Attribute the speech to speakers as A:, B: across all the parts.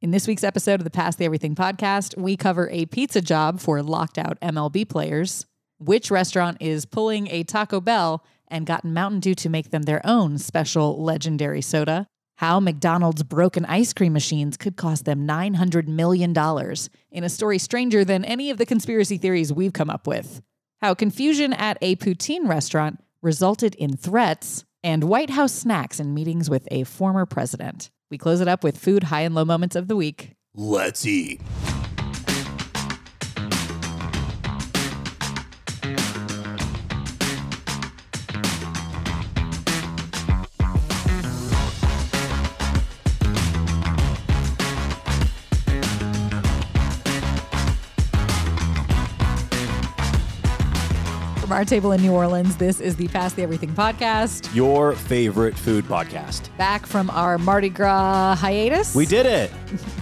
A: In this week's episode of the Pass the Everything podcast, we cover a pizza job for locked out MLB players, which restaurant is pulling a Taco Bell and gotten Mountain Dew to make them their own special legendary soda, how McDonald's broken ice cream machines could cost them $900 million in a story stranger than any of the conspiracy theories we've come up with, how confusion at a poutine restaurant resulted in threats, and White House snacks in meetings with a former president. We close it up with food high and low moments of the week.
B: Let's eat.
A: From our table in New Orleans, this is the Pass the Everything podcast.
B: Your favorite food podcast.
A: Back from our Mardi Gras hiatus.
B: We did it.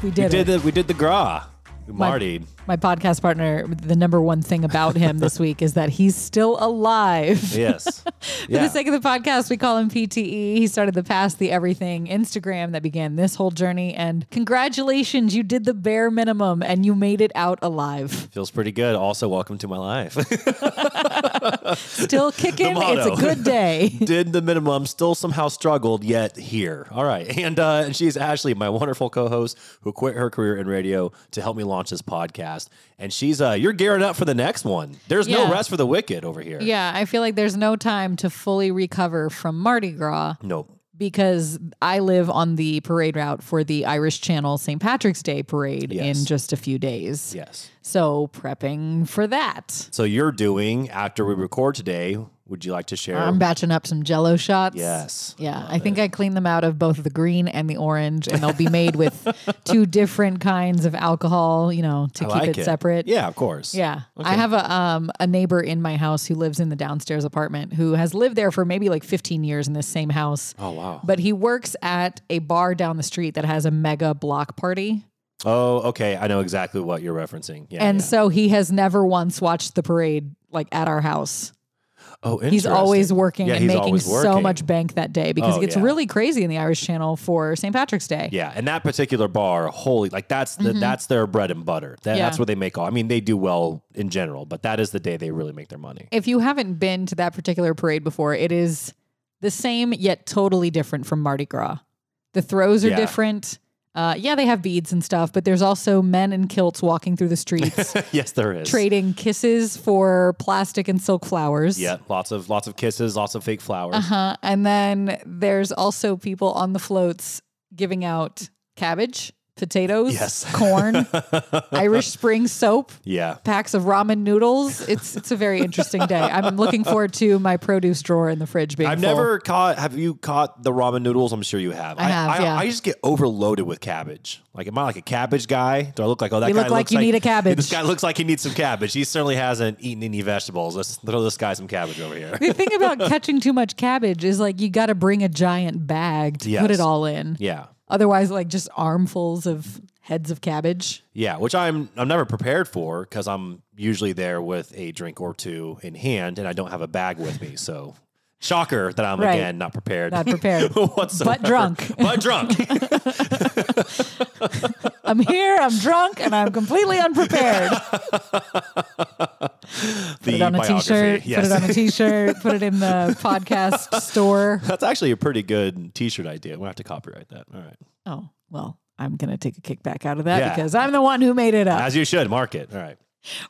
A: We did,
B: we did
A: it.
B: the we did the gras. We
A: My-
B: martied.
A: My podcast partner, the number one thing about him this week is that he's still alive.
B: Yes.
A: For
B: yeah.
A: the sake of the podcast, we call him PTE. He started the Pass the Everything Instagram that began this whole journey. And congratulations, you did the bare minimum and you made it out alive.
B: Feels pretty good. Also, welcome to my life.
A: Still kicking. it's
B: motto.
A: a good day.
B: did the minimum, still somehow struggled, yet here. All right. And uh, and she's Ashley, my wonderful co-host, who quit her career in radio to help me launch this podcast. And she's uh you're gearing up for the next one. There's
A: Yeah.
B: no rest for the wicked over here.
A: Yeah, I feel like there's no time to fully recover from Mardi Gras
B: Nope.
A: because I live on the parade route for the Irish Channel St. Patrick's Day parade
B: Yes.
A: in just a few days.
B: Yes.
A: So prepping for that.
B: So you're doing after we record today, would you like to share?
A: I'm batching up some jello shots.
B: Yes.
A: Yeah, I think I cleaned them out of both the green and the orange, and they'll be made with two different kinds of alcohol, you know, to
B: I
A: keep
B: like
A: it, separate.
B: Yeah, of course.
A: Yeah. I have a um a neighbor in my house who lives in the downstairs apartment who has lived there for maybe like 15 years in this same house.
B: Oh wow.
A: But he works at a bar down the street that has a mega block party.
B: Oh, okay. I know exactly what you're referencing. Yeah.
A: And
B: yeah.
A: so he has never once watched the parade like at our house.
B: oh,
A: He's
B: interesting.
A: always working
B: Yeah,
A: and
B: he's
A: making
B: always
A: so
B: working.
A: much bank that day because
B: Oh,
A: it gets
B: yeah.
A: really crazy in the Irish Channel for St. Patrick's Day.
B: Yeah, and that particular bar, holy, like that's the, that's their bread and butter. That,
A: Mm-hmm. Yeah.
B: That's where they make all. I mean, they do well in general, but that is the day they really make their money.
A: If you haven't been to that particular parade before, it is the same yet totally different from Mardi Gras. The throws are
B: Yeah.
A: different. Uh, yeah, they have beads and stuff, but there's also men in kilts walking through the streets
B: yes, there is.
A: trading kisses for plastic and silk flowers.
B: Yeah, lots of lots of kisses, lots of fake flowers.
A: Uh-huh. And then there's also people on the floats giving out cabbage, potatoes,
B: Yes.
A: corn, Irish spring soap,
B: Yeah.
A: packs of ramen noodles. It's it's a very interesting day. I'm looking forward to my produce drawer in the fridge being
B: I've
A: full.
B: never caught. Have you caught the ramen noodles? I'm sure you have.
A: I have,
B: I,
A: yeah.
B: I just get overloaded with cabbage. Like, am I like a cabbage guy? Do I look like oh that
A: You
B: guy
A: look like
B: looks
A: you need a cabbage.
B: This guy looks like he needs some cabbage. He certainly hasn't eaten any vegetables. Let's throw this guy some cabbage over here.
A: The thing about catching too much cabbage is like you got to bring a giant bag to put
B: Yes.
A: it all in.
B: yeah,
A: Otherwise, like just armfuls of heads of cabbage.
B: yeah. Which I'm I'm never prepared for because I'm usually there with a drink or two in hand, and I don't have a bag with me. So. Shocker that I'm
A: Right.
B: again not prepared.
A: Not prepared.
B: whatsoever.
A: But drunk.
B: But drunk.
A: I'm here. I'm drunk, and I'm completely unprepared.
B: the
A: put it on a
B: biography.
A: t-shirt.
B: Yes.
A: Put it on a t-shirt. put it in the podcast store.
B: That's actually a pretty good T-shirt idea. We'll have to copyright that. All right,
A: Oh well, I'm gonna take a kickback out of that
B: Yeah.
A: because I'm the one who made it up.
B: as you should. Mark it. All right.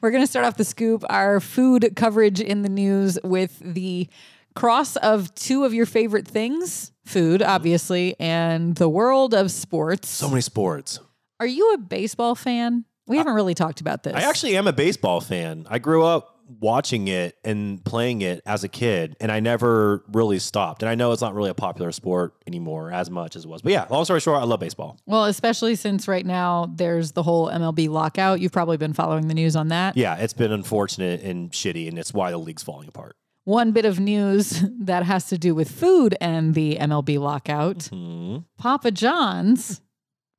A: We're gonna start off the scoop, our food coverage in the news with the cross of two of your favorite things: food, obviously, and the world of sports.
B: So many sports.
A: Are you a baseball fan? We haven't really talked about this.
B: I actually am a baseball fan. I grew up watching it and playing it as a kid, and I never really stopped. And I know it's not really a popular sport anymore as much as it was. But yeah, long story short, I love baseball.
A: well, especially since right now there's the whole MLB lockout. You've probably been following the news on that.
B: Yeah, it's been unfortunate and shitty, and it's why the league's falling apart.
A: one bit of news that has to do with food and the MLB lockout.
B: Hmm.
A: Papa John's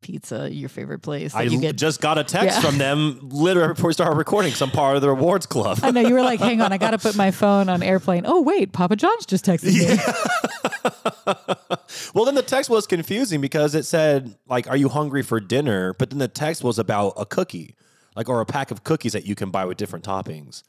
A: pizza, your favorite place that
B: I
A: you
B: l-
A: get.
B: just got a text
A: Yeah.
B: from them literally before we started recording. Some part of the rewards club.
A: I know you were like, "Hang on, I got to put my phone on airplane." Oh wait, Papa John's just texted me.
B: well, then the text was confusing because it said like, "Are you hungry for dinner?" But then the text was about a cookie, like or a pack of cookies that you can buy with different toppings.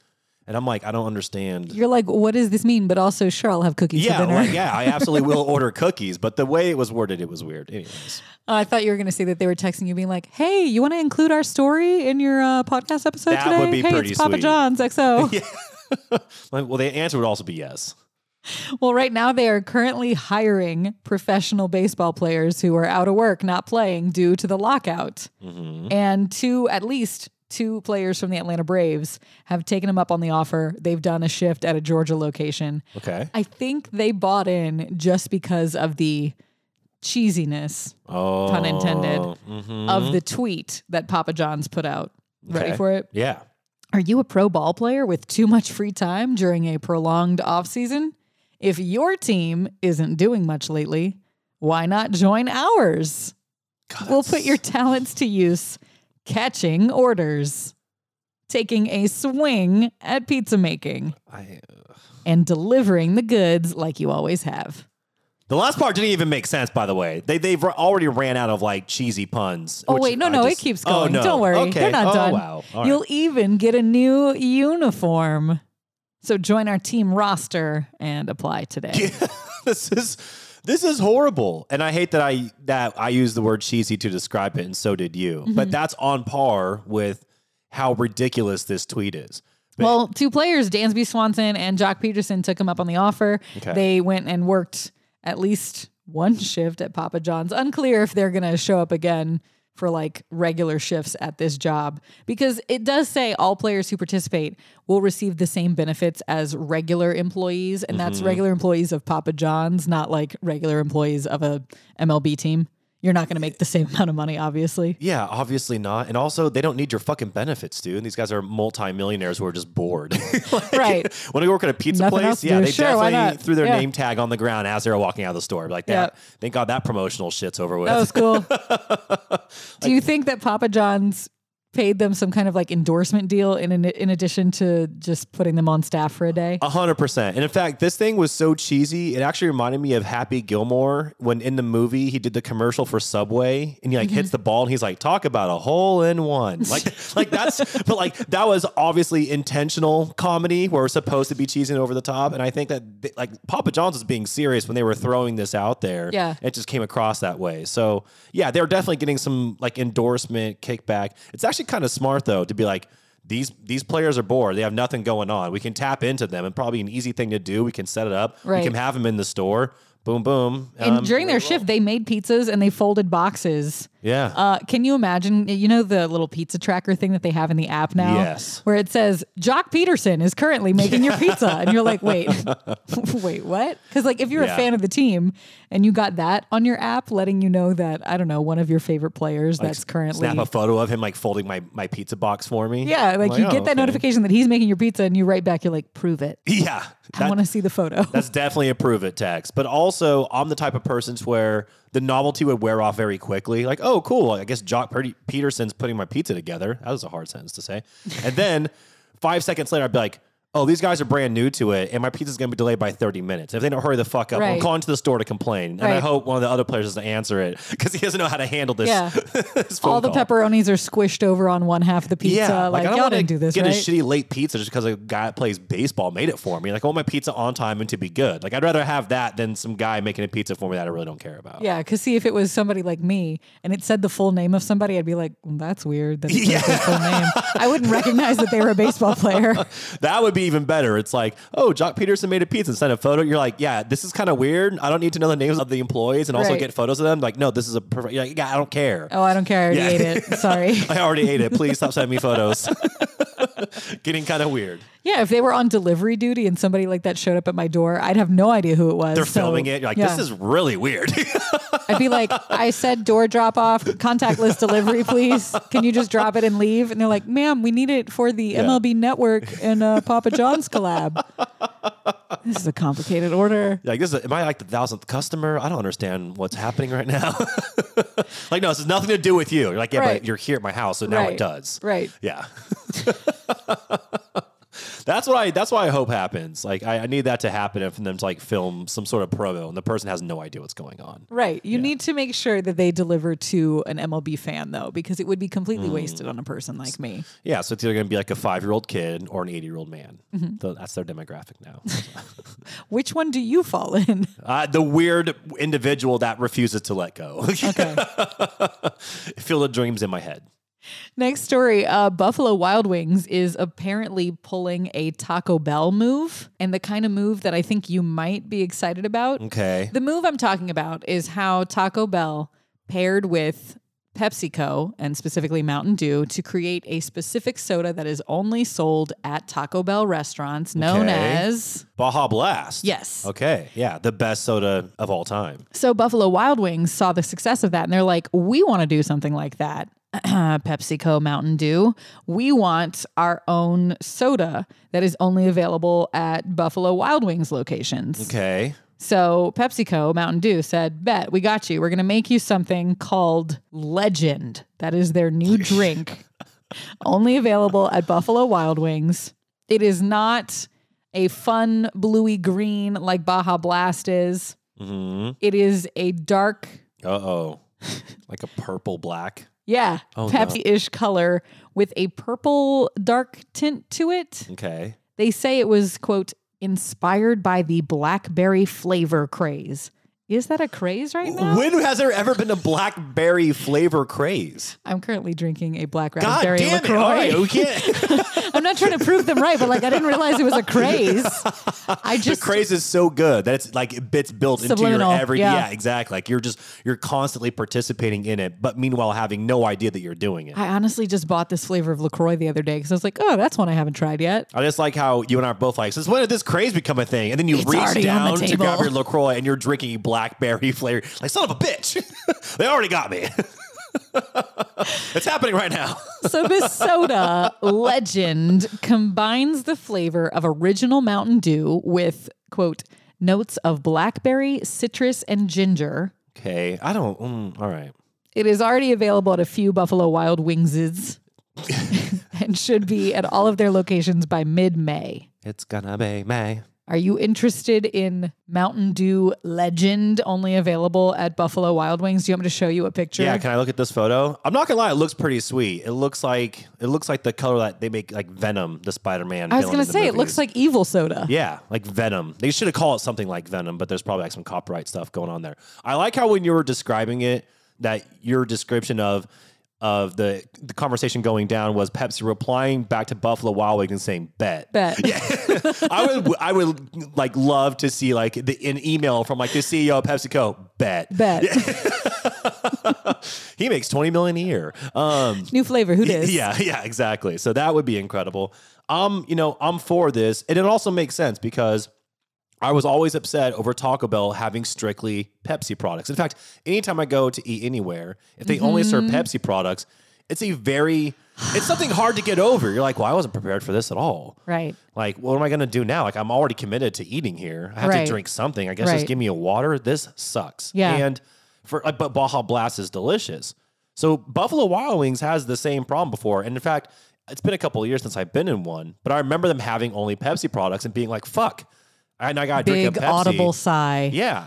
B: And I'm like, I don't understand.
A: You're like, what does this mean? But also, sure, I'll have cookies
B: yeah,
A: for dinner.
B: like, yeah, I absolutely will order cookies, but the way it was worded, it was weird. Anyways,
A: Oh, I thought you were going to say that they were texting you, being like, "Hey, you want to include our story in your uh, podcast episode
B: That
A: today?
B: would be
A: hey,
B: pretty
A: it's Papa
B: sweet.
A: John's XO."
B: like, well, the answer would also be yes.
A: Well, right now they are currently hiring professional baseball players who are out of work, not playing due to the lockout.
B: Mm-hmm.
A: And two, at least two players from the Atlanta Braves have taken them up on the offer. They've done a shift at a Georgia location.
B: Okay.
A: I think they bought in just because of the cheesiness
B: Oh,
A: Pun intended.
B: mhm.
A: of the tweet that Papa John's put out. Ready
B: Okay.
A: for it?
B: yeah.
A: Are you a pro ball player with too much free time during a prolonged offseason? If your team isn't doing much lately, why not join ours?
B: God,
A: We'll
B: that's-
A: put your talents to use catching orders, taking a swing at pizza making,
B: I,
A: and delivering the goods like you always have.
B: the last part didn't even make sense, by the way. They they've already ran out of like cheesy puns.
A: Oh,
B: which
A: wait, no,
B: I
A: no,
B: just-
A: it keeps
B: Oh,
A: going.
B: no.
A: Don't worry.
B: Okay.
A: They're not
B: oh,
A: done.
B: Wow. All right.
A: You'll even get a new uniform. So join our team roster and apply today.
B: this is this is horrible and i hate that i that i used the word cheesy to describe it and so did you
A: Mm-hmm.
B: but that's on par with how ridiculous this tweet is But-
A: Well, two players, Dansby Swanson and Jock Peterson, took him up on the offer.
B: Okay.
A: They went and worked at least one shift at Papa John's. Unclear if they're going to show up again for like regular shifts at this job because it does say all players who participate will receive the same benefits as regular employees and that's
B: Mm-hmm.
A: regular employees of Papa John's not like regular employees of a MLB team. You're not going to make the same amount of money obviously.
B: yeah obviously not and also they don't need your fucking benefits dude and these guys are multimillionaires who are just bored Like,
A: Right.
B: when i work at a pizza
A: Nothing else
B: place
A: to
B: yeah
A: do.
B: they
A: Sure, why
B: definitely
A: not?
B: threw their
A: Yeah.
B: name tag on the ground as they were walking out of the store like that
A: Yeah.
B: thank god that promotional shit's over with
A: That was Oh, cool. Do you think that Papa John's paid them some kind of like endorsement deal in in, in addition to just putting them on staff for a day?
B: A hundred percent. And in fact, this thing was so cheesy. It actually reminded me of Happy Gilmore when in the movie he did the commercial for Subway and he like hits the ball and he's like, "Talk about a hole in one." Like, like that's but like that was obviously intentional comedy where we're supposed to be cheesy and over the top. And I think that th- like Papa John's was being serious when they were throwing this out there.
A: Yeah.
B: it just came across that way. So yeah, they're definitely getting some like endorsement kickback. It's actually kind of smart though to be like these these players are bored. They have nothing going on. We can tap into them, and probably an easy thing to do. We can set it up.
A: Right.
B: We can have them in the store. Boom, boom.
A: And
B: Um,
A: during their shift, they made pizzas and they folded boxes.
B: yeah,
A: Uh, can you imagine? You know the little pizza tracker thing that they have in the app now,
B: Yes.
A: where it says Jock Peterson is currently making your pizza, and you're like, wait, wait, what? Because like if you're
B: Yeah.
A: a fan of the team and you got that on your app, letting you know that I don't know one of your favorite players that's currently
B: snap a photo of him like folding my my pizza box for me.
A: Yeah,
B: I'm
A: like you
B: oh,
A: get that
B: okay.
A: notification that he's making your pizza, and you write back, you're like, prove it.
B: Yeah,
A: I
B: That-
A: want to see the photo.
B: That's definitely a prove it text. But also, I'm the type of person to where the novelty would wear off very quickly. Like, oh, cool. I guess Jock Purdy- Peterson's putting my pizza together. That was a hard sentence to say. And then five seconds later, I'd be like, oh, these guys are brand new to it, and my pizza's going to be delayed by 30 minutes. If they don't hurry the fuck up, I'm
A: Right.
B: calling to the store to complain. And I
A: Right.
B: hope one of the other players doesn't answer it because he doesn't know how to handle this.
A: Yeah.
B: this phone
A: All the
B: call.
A: pepperonis are squished over on one half of the pizza.
B: Yeah,
A: like, y'all
B: wanna
A: didn't do this,
B: get
A: right?
B: a shitty late pizza just because a guy that plays baseball made it for me. Like, I want my pizza on time and to be good. Like, I'd rather have that than some guy making a pizza for me that I really don't care about.
A: yeah, because see, if it was somebody like me and it said the full name of somebody, I'd be like, well, that's weird. That it says their full name. I wouldn't recognize that they were a baseball player.
B: That would be even better. It's like, oh, Jock Peterson made a pizza and sent a photo. You're like, yeah, this is kind of weird. I don't need to know the names of the employees and also
A: Right.
B: get photos of them. Like, no, this is a perfect. You're like, yeah, I don't care.
A: Oh, I don't care. I already
B: Yeah.
A: ate it. Sorry.
B: I already ate it. Please stop sending me photos. Getting kind of weird.
A: Yeah, if they were on delivery duty and somebody like that showed up at my door, I'd have no idea who it was.
B: They're filming it. You're like, this is really weird.
A: I'd be like, I said door drop off, contactless delivery, please. Can you just drop it and leave? And they're like, ma'am, we need it for the MLB network and uh, Papa John's collab. this is a complicated order.
B: Like this is am I like the thousandth customer? I don't understand what's happening right now. like no, this has nothing to do with you. You're like yeah,
A: Right.
B: but you're here at my house, so now
A: Right.
B: it does.
A: Right.
B: Yeah. That's what I. That's why I hope happens. Like I, I need that to happen, and for them to like film some sort of promo, and the person has no idea what's going on.
A: Right. You need to make sure that they deliver to an MLB fan though, because it would be completely wasted on a person like me.
B: Yeah, so it's either going to be like a five-year-old kid or an eighty-year-old man.
A: Mm-hmm.
B: So that's their demographic now.
A: Which one do you fall in?
B: uh, the weird individual that refuses to let go.
A: Okay.
B: Field of dreams in my head.
A: Next story uh, Buffalo Wild Wings is apparently pulling a Taco Bell move, and the kind of move that I think you might be excited about.
B: Okay.
A: The move I'm talking about is how Taco Bell paired with PepsiCo and specifically Mountain Dew to create a specific soda that is only sold at Taco Bell restaurants known
B: Okay.
A: as.
B: Baja Blast.
A: Yes.
B: Okay. Yeah, the best soda of all time.
A: So Buffalo Wild Wings saw the success of that and they're like, we want to do something like that. PepsiCo Mountain Dew. We want our own soda that is only available at Buffalo Wild Wings locations.
B: Okay.
A: So PepsiCo Mountain Dew said, Bet, we got you. We're going to make you something called Legend. That is their new drink, only available at Buffalo Wild Wings. It is not a fun bluey green like Baja Blast is.
B: hmm
A: It is a dark,
B: Uh oh. like a purple black.
A: yeah,
B: Oh, no.
A: Pepsi ish color with a purple dark tint to it.
B: Okay.
A: They say it was, quote, inspired by the blackberry flavor craze. Is that a craze right now?
B: When has there ever been a blackberry flavor craze?
A: I'm currently drinking a black
B: God
A: raspberry
B: damn it.
A: LaCroix.
B: All right. We can't.
A: I'm not trying to prove them right, but like I didn't realize it was a craze. I
B: the
A: just
B: craze is so good that it's like it bits built
A: Subliminal,
B: into your every.
A: yeah.
B: exactly. Like you're just, you're constantly participating in it, but meanwhile having no idea that you're doing it.
A: I honestly just bought this flavor of LaCroix the other day because I was like, oh, that's one I haven't tried yet.
B: I just like how you and I are both like, since when did this craze become a thing? And then you
A: It's
B: reach
A: already on
B: down
A: the
B: to grab
A: table.
B: your LaCroix and you're drinking blackberry flavor. Like, son of a bitch. they already got me. it's happening right now.
A: So this soda legend combines the flavor of original Mountain Dew with quote notes of blackberry, citrus, and ginger.
B: Okay. I don't. Mm, all right.
A: It is already available at a few Buffalo Wild Wingses and should be at all of their locations by mid-May.
B: It's gonna be May.
A: Are you interested in Mountain Dew Legend only available at Buffalo Wild Wings? Do you want me to show you a picture?
B: Yeah, can I look at this photo? I'm not gonna lie, it looks pretty sweet. It looks like it looks like the color that they make like Venom, the Spider-Man.
A: I was
B: villain
A: going
B: in
A: to
B: the
A: say it looks
B: movies.
A: like evil soda.
B: Yeah, like Venom. They should have called it something like Venom, but there's probably like some copyright stuff going on there. I like how when you were describing it, that your description of of the the conversation going down was Pepsi replying back to Buffalo Wild Wings and saying bet.
A: Bet.
B: I would I would like love to see like the an email from like the CEO of PepsiCo bet.
A: Bet.
B: He makes 20 million a year. Um
A: New flavor, who dis?
B: yeah, yeah, exactly. So that would be incredible. Um, you know, I'm for this, and it also makes sense because I was always upset over Taco Bell having strictly Pepsi products. In fact, anytime I go to eat anywhere, if they only serve Pepsi products, it's a very it's something hard to get over. You're like, well, I wasn't prepared for this at all.
A: Right.
B: Like, what am I gonna do now? Like, I'm already committed to eating here. I have
A: Right.
B: to drink something. I guess
A: Right.
B: just give me a water. This sucks.
A: Yeah.
B: And for like, but Baja Blast is delicious. So Buffalo Wild Wings has the same problem before, and in fact, it's been a couple of years since I've been in one. But I remember them having only Pepsi products and being like, "Fuck," and I got to drink
A: Big
B: a Pepsi.
A: audible sigh.
B: Yeah,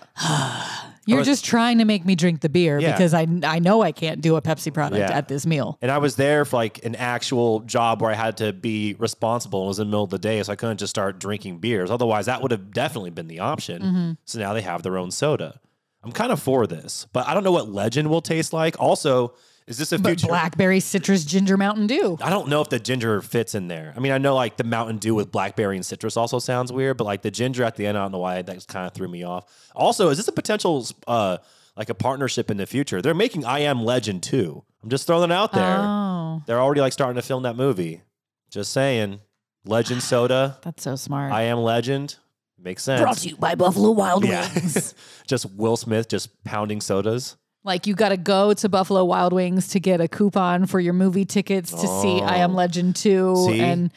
A: You're just trying to make me drink the beer
B: Yeah.
A: because I I know I can't do a Pepsi product
B: Yeah.
A: at this meal.
B: and I was there for like an actual job where I had to be responsible. and It was in the middle of the day, so I couldn't just start drinking beers. Otherwise, that would have definitely been the option.
A: Mm-hmm.
B: So now they have their own soda. I'm kind of for this, but I don't know what Legend will taste like. Also, is this a
A: But
B: future?
A: blackberry citrus ginger Mountain Dew.
B: I don't know if the ginger fits in there. I mean, I know like the Mountain Dew with blackberry and citrus also sounds weird, but like the ginger at the end, I don't know why that kind of threw me off. Also, is this a potential uh like a partnership in the future? They're making I Am Legend too. I'm just throwing it out there.
A: Oh,
B: They're already like starting to film that movie. Just saying, Legend Soda,
A: that's so smart.
B: I Am Legend makes sense.
A: Brought to you by Buffalo Wild
B: yeah,
A: Wings.
B: just Will Smith just pounding sodas.
A: like you got to go to Buffalo Wild Wings to get a coupon for your movie tickets to see I Am Legend 2
B: See?
A: and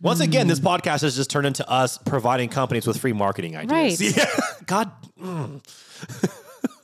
B: Once again, this podcast has just turned into us providing companies with free marketing ideas.
A: Right.
B: Yeah. God, mm.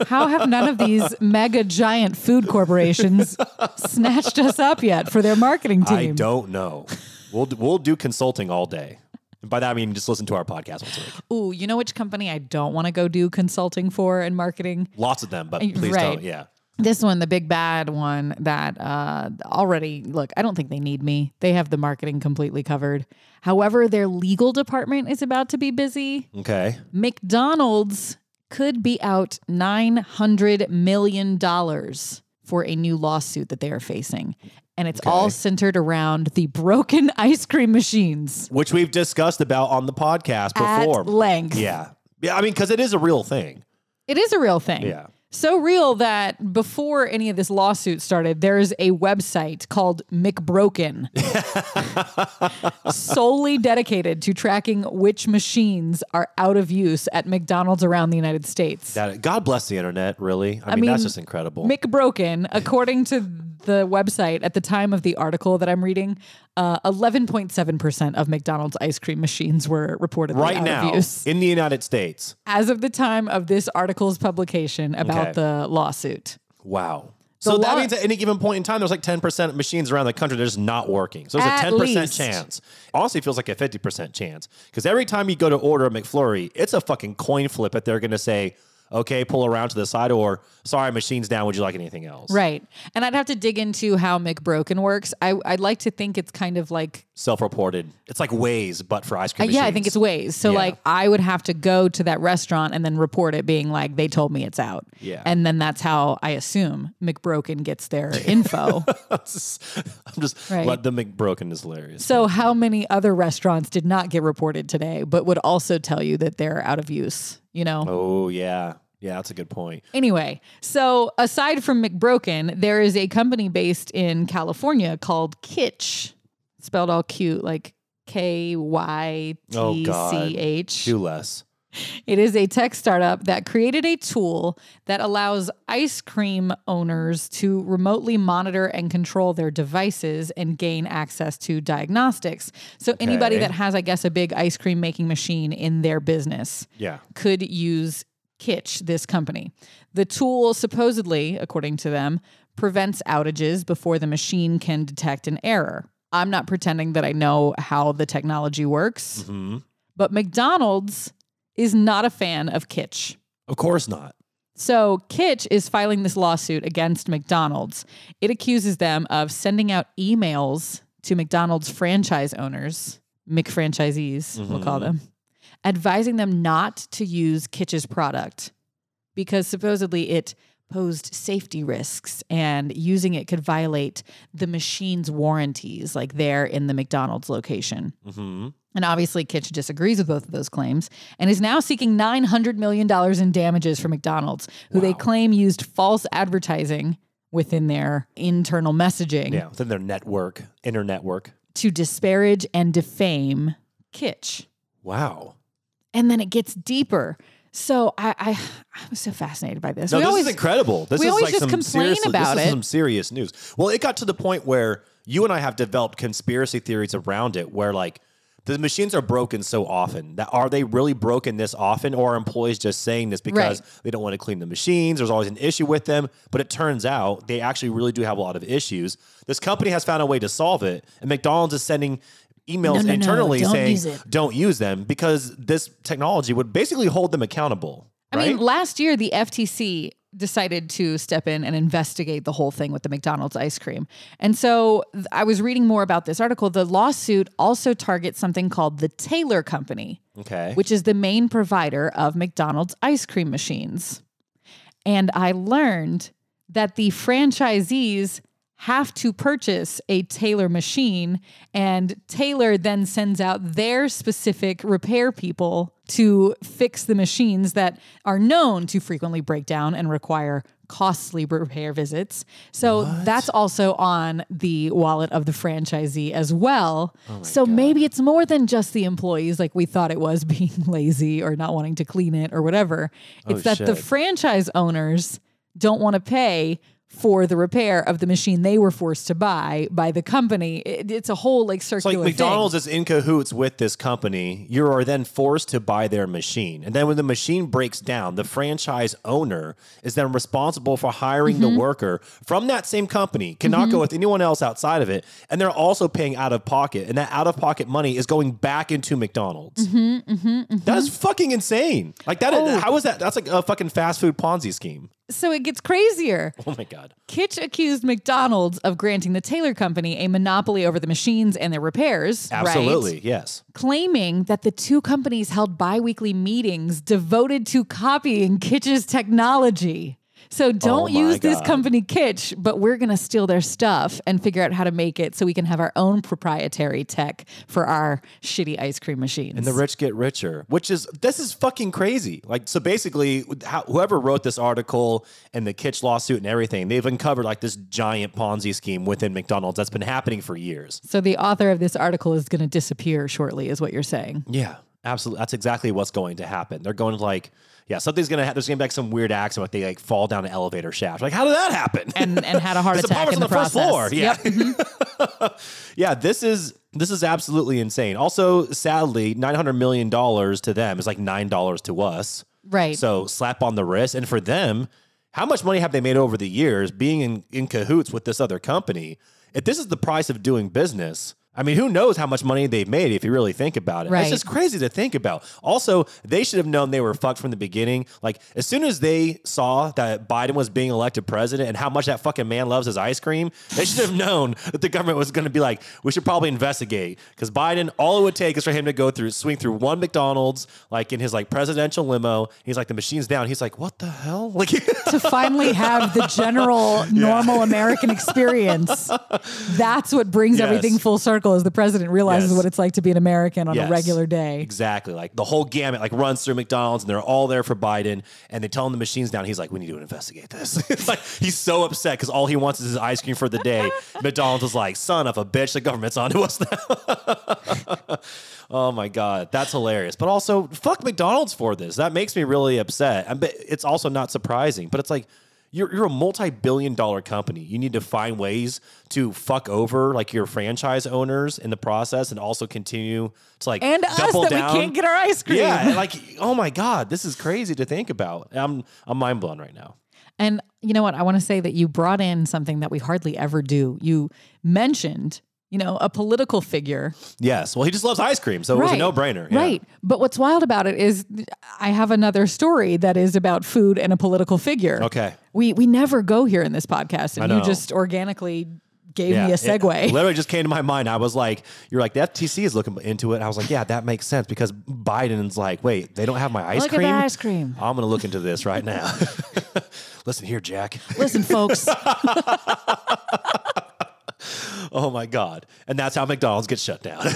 A: how have none of these mega giant food corporations snatched us up yet for their marketing team?
B: I don't know. We'll we'll do consulting all day. And by that, I mean just listen to our podcast once a week.
A: Ooh, you know which company I don't want to go do consulting for and marketing?
B: Lots of them, but please
A: right.
B: don't. Yeah.
A: This one, the big bad one that uh, already, look, I don't think they need me. They have the marketing completely covered. However, their legal department is about to be busy.
B: Okay.
A: McDonald's could be out $900 million for a new lawsuit that they are facing. And it's all centered around the broken ice cream machines
B: Which we've discussed about on the podcast
A: at
B: before.
A: length.
B: yeah. Yeah. I mean, because it is a real thing.
A: It is a real thing.
B: Yeah.
A: So real that before any of this lawsuit started, there's a website called McBroken solely dedicated to tracking which machines are out of use at McDonald's around the United States.
B: That God bless the internet, really. I, mean,
A: mean,
B: that's just incredible.
A: McBroken, according to the website at the time of the article that I'm reading, uh, 11.7% of McDonald's ice cream machines were reportedly
B: right
A: out
B: now
A: of use
B: in the United States.
A: as of the time of this article's publication about
B: Okay.
A: the lawsuit.
B: Wow. So that
A: law-
B: means at any given point in time, there's like 10% of machines around the country that are just not working. So there's
A: At
B: a 10%
A: least.
B: chance. Honestly, it feels like a 50% chance. Because every time you go to order a McFlurry, it's a fucking coin flip that they're going to say, okay, pull around to the side or sorry, machine's down. Would you like anything else?
A: Right. And I'd have to dig into how McBroken works. I, I'd like to think it's kind of like,
B: Self reported. It's like Waze, but for ice cream.
A: Uh, yeah, I think it's
B: machines.
A: ways. So,
B: Yeah.
A: like, I would have to go to that restaurant and then report it being like, they told me it's out.
B: Yeah.
A: And then that's how I assume McBroken gets their info.
B: I'm just,
A: Right.
B: let them make broken is hilarious.
A: so, how many other restaurants did not get reported today, but would also tell you that they're out of use, you know?
B: Oh, yeah. Yeah, that's a good point.
A: Anyway, so aside from McBroken, there is a company based in California called Kitsch, spelled all cute, like K Y
B: Oh,
A: T
B: God.
A: C H.
B: Do less.
A: It is a tech startup that created a tool that allows ice cream owners to remotely monitor and control their devices and gain access to diagnostics. So anybody
B: Okay.
A: that has, I guess, a big ice cream making machine in their business
B: Yeah.
A: could use Kitch, this company. The tool supposedly, according to them, prevents outages before the machine can detect an error. I'm not pretending that I know how the technology works,
B: hmm
A: but McDonald's is not a fan of Kitch.
B: Of course not.
A: So, Kitch is filing this lawsuit against McDonald's. It accuses them of sending out emails to McDonald's franchise owners, McFranchisees, we'll call
B: Mhm.
A: them, advising them not to use Kitch's product because supposedly it posed safety risks and using it could violate the machine's warranties, like there in the McDonald's location.
B: hmm
A: And obviously, Kitch disagrees with both of those claims and is now seeking $900 million in damages for McDonald's, who they
B: Wow.
A: claim used false advertising within their internal messaging
B: Yeah, within their network, inner network.
A: to disparage and defame Kitch.
B: Wow.
A: And then it gets deeper. So I, I I'm so fascinated by this.
B: No,
A: we
B: this
A: always
B: is incredible. This
A: we
B: is
A: always
B: like
A: just
B: some
A: complain
B: seriously-
A: about
B: this
A: it.
B: is some serious news. Well, it got to the point where you and I have developed conspiracy theories around it, where like the machines are broken so often that are they really broken this often, or are employees just saying this because
A: Right.
B: they don't want to clean the machines? There's always an issue with them, but it turns out they actually really do have a lot of issues. This company has found a way to solve it, and McDonald's is sending. Emails
A: No, no, no,
B: internally
A: don't
B: saying
A: use it.
B: don't use them because this technology would basically hold them accountable.
A: I
B: right?
A: mean, last year the FTC decided to step in and investigate the whole thing with the McDonald's ice cream. And so th- I was reading more about this article. The lawsuit also targets something called the Taylor Company,
B: okay.
A: which is the main provider of McDonald's ice cream machines. And I learned that the franchisees have to purchase a Taylor machine, and Taylor then sends out their specific repair people to fix the machines that are known to frequently break down and require costly repair visits. So that's also on the wallet of the franchisee as well.
B: Oh
A: so maybe it's more than just the employees, like we thought it was being lazy or not wanting to clean it or whatever. It's that the
B: Oh, shit.
A: franchise owners don't want to pay for the repair of the machine they were forced to buy by the company. It, it's a whole like
B: It's like
A: circular
B: McDonald's is in cahoots with this company. You are then forced to buy their machine. And then when the machine breaks down, the franchise owner is then responsible for hiring
A: Mm-hmm.
B: the worker from that same company, cannot go with anyone else outside of it. And they're also paying out of pocket. And that out of pocket money is going back into McDonald's. That is fucking insane. Like, that.
A: Mm-hmm, Oh.
B: how is that? That's like a fucking fast food Ponzi scheme.
A: thing. So it gets crazier.
B: Oh my God.
A: Kitch accused McDonald's of granting the Taylor Company a monopoly over the machines and their repairs. right?
B: Absolutely. Yes.
A: claiming that the two companies held biweekly meetings devoted to copying Kitsch's technology. So don't
B: Oh my
A: use this
B: God.
A: company Kitsch, but we're going to steal their stuff and figure out how to make it so we can have our own proprietary tech for our shitty ice cream machines.
B: And the rich get richer, which is this is fucking crazy. Like so, basically, how, whoever wrote this article and the Kitsch lawsuit and everything, they've uncovered like this giant Ponzi scheme within McDonald's that's been happening for years.
A: so the author of this article is going to disappear shortly is what you're saying.
B: Yeah, absolutely. That's exactly what's going to happen. They're going to like, yeah, something's gonna. Ha- there's gonna be like some weird accident, like they like fall down an elevator shaft. Like, how did that happen?
A: And, and had a heart
B: It's
A: attack
B: apartments
A: in the,
B: on the first
A: process.
B: floor. Yeah.
A: Yep.
B: yeah, this is this is absolutely insane. Also, sadly, nine hundred million dollars to them is like nine dollars to us.
A: Right.
B: So slap on the wrist. And for them, how much money have they made over the years being in, in cahoots with this other company? If this is the price of doing business, I mean, who knows how much money they've made if you really think about it.
A: Right.
B: It's just crazy to think about. Also, they should have known they were fucked from the beginning. Like, as soon as they saw that Biden was being elected president and how much that fucking man loves his ice cream, they should have known that the government was going to be like, we should probably investigate because Biden, all it would take is for him to go through, swing through one McDonald's, like in his like presidential limo. He's like, the machine's down. He's like, what the hell? Like,
A: to finally have the general normal American experience. That's what brings
B: Yes.
A: everything full circle as the president realizes
B: Yes.
A: what it's like to be an American on
B: Yes.
A: a regular day.
B: Exactly. Like the whole gamut like runs through McDonald's and they're all there for Biden and they tell him the machine's down. He's like, we need to investigate this. it's like he's so upset because all he wants is his ice cream for the day. McDonald's is like, son of a bitch, the government's onto us now. oh my God. That's hilarious. But also, fuck McDonald's for this. That makes me really upset. And but it's also not surprising, but it's like you're, you're a multi-billion dollar company. You need to find ways to fuck over like your franchise owners in the process and also continue to like
A: And us
B: double
A: that
B: down.
A: we can't get our ice cream.
B: Yeah, like oh my god, this is crazy to think about. I'm I'm mind blown right now.
A: And you know what? I want to say that you brought in something that we hardly ever do. You mentioned, you know, a political figure.
B: Yes, well, he just loves ice cream, so it was a no brainer.
A: Right. But what's wild about it is th- I have another story that is about food and a political figure.
B: Okay.
A: We we never go here in this podcast and
B: I
A: you
B: know.
A: just organically gave
B: Yeah,
A: me a
B: it
A: segue.
B: literally just came to my mind. I was like, "You're like the FTC is looking into it." I was like, "Yeah, that makes sense because Biden's like, wait, they don't have my ice
A: Look at the
B: cream.
A: ice cream.
B: I'm gonna look into this right now. Listen here, Jack.
A: Listen, folks.
B: Oh my god, and that's how McDonald's gets shut down.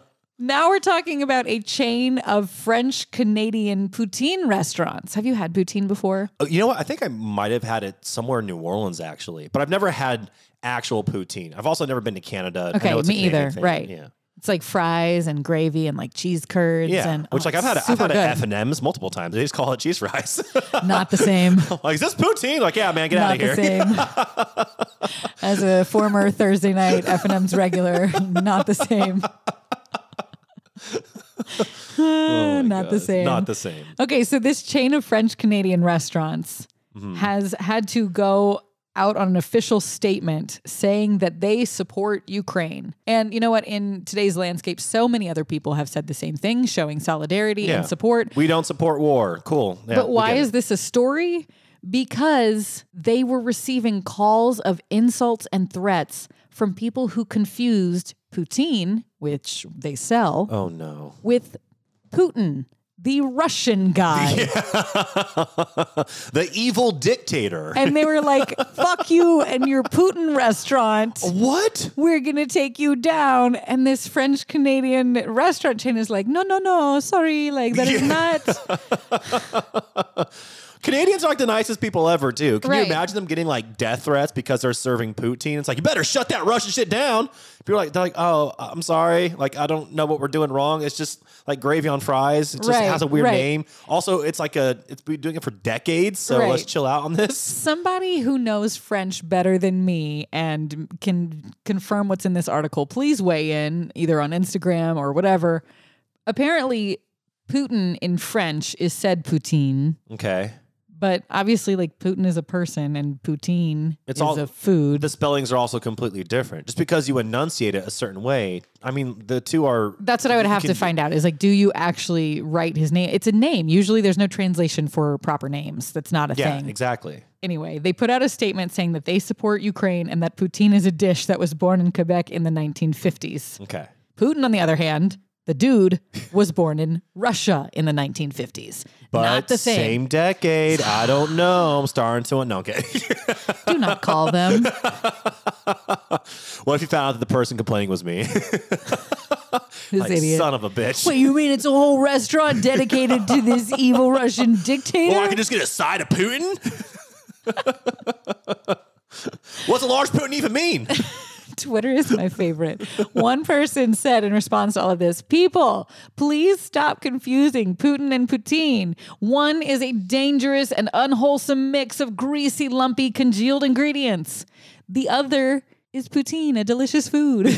A: Now we're talking about a chain of French Canadian poutine restaurants. Have you had poutine before?
B: Oh, You know what? I think I might have had it somewhere in New Orleans actually, but I've never had actual poutine. I've also never been to Canada. I
A: Okay,
B: know it's a
A: me
B: Canadian
A: either.
B: thing.
A: Right.
B: Yeah.
A: It's like fries and gravy and like cheese curds
B: Yeah.
A: and
B: Which
A: oh,
B: like I've had
A: it's
B: I've
A: super
B: had F
A: good.
B: and M's multiple times. They just call it cheese fries.
A: Not the same.
B: like is this poutine? Like yeah, man, get out
A: Not
B: of
A: the
B: here.
A: same. As a former Thursday night F and M's regular, not the same.
B: Oh my
A: Not the
B: God.
A: same.
B: Not the same.
A: Okay, so this chain of French Canadian restaurants
B: Mm-hmm.
A: has had to go out on an official statement saying that they support Ukraine. And you know what? In today's landscape, so many other people have said the same thing, showing solidarity
B: Yeah.
A: and support.
B: We don't support war. Cool. Yeah,
A: But
B: we
A: why
B: get
A: is
B: it.
A: this a story? Because they were receiving calls of insults and threats from people who confused poutine, which they sell,
B: Oh no.
A: with Putin, the Russian guy.
B: the evil dictator.
A: and they were like, "Fuck you and your Putin restaurant.
B: Oh. what?
A: We're gonna take you down." And this French Canadian restaurant chain is like, "No, no, no, sorry, like that is not."
B: Canadians are like the nicest people ever, too. Can
A: Right.
B: you imagine them getting like death threats because they're serving poutine? It's like you better shut that Russian shit down. People are like they're like, oh, I'm sorry, like I don't know what we're doing wrong. It's just like gravy on fries. It just
A: Right,
B: has a weird
A: right.
B: name. Also, it's like a it's been doing it for decades, so
A: Right.
B: let's chill out on this.
A: Somebody who knows French better than me and can confirm what's in this article, please weigh in either on Instagram or whatever. Apparently, Putin in French is said poutine,
B: Okay,
A: but obviously, like Putin is a person and poutine
B: It's
A: is
B: all-
A: a food.
B: the spellings are also completely different. Just because you enunciate it a certain way, I mean, the two are
A: That's what I would have to
B: can-
A: find out is like, do you actually write his name? It's a name. Usually there's no translation for proper names. That's not a
B: yeah,
A: thing.
B: exactly.
A: Anyway, they put out a statement saying that they support Ukraine and that poutine is a dish that was born in Quebec in the 1950s.
B: Okay.
A: Putin, on the other hand, the dude was born in Russia in the 1950s.
B: But
A: not the same.
B: same decade. I don't know. I'm starting to no, okay.
A: Do not call them.
B: what if you found out that the person complaining was me?
A: This
B: like,
A: idiot.
B: son of a bitch.
A: Wait, you mean it's a whole restaurant dedicated to this evil Russian dictator?
B: Or Oh, I could just get a side of Putin. What's a large Putin even mean?
A: Twitter is my favorite. One person said in response to all of this, people, please stop confusing Putin and poutine. One is a dangerous and unwholesome mix of greasy, lumpy, congealed ingredients. The other is poutine, a delicious food.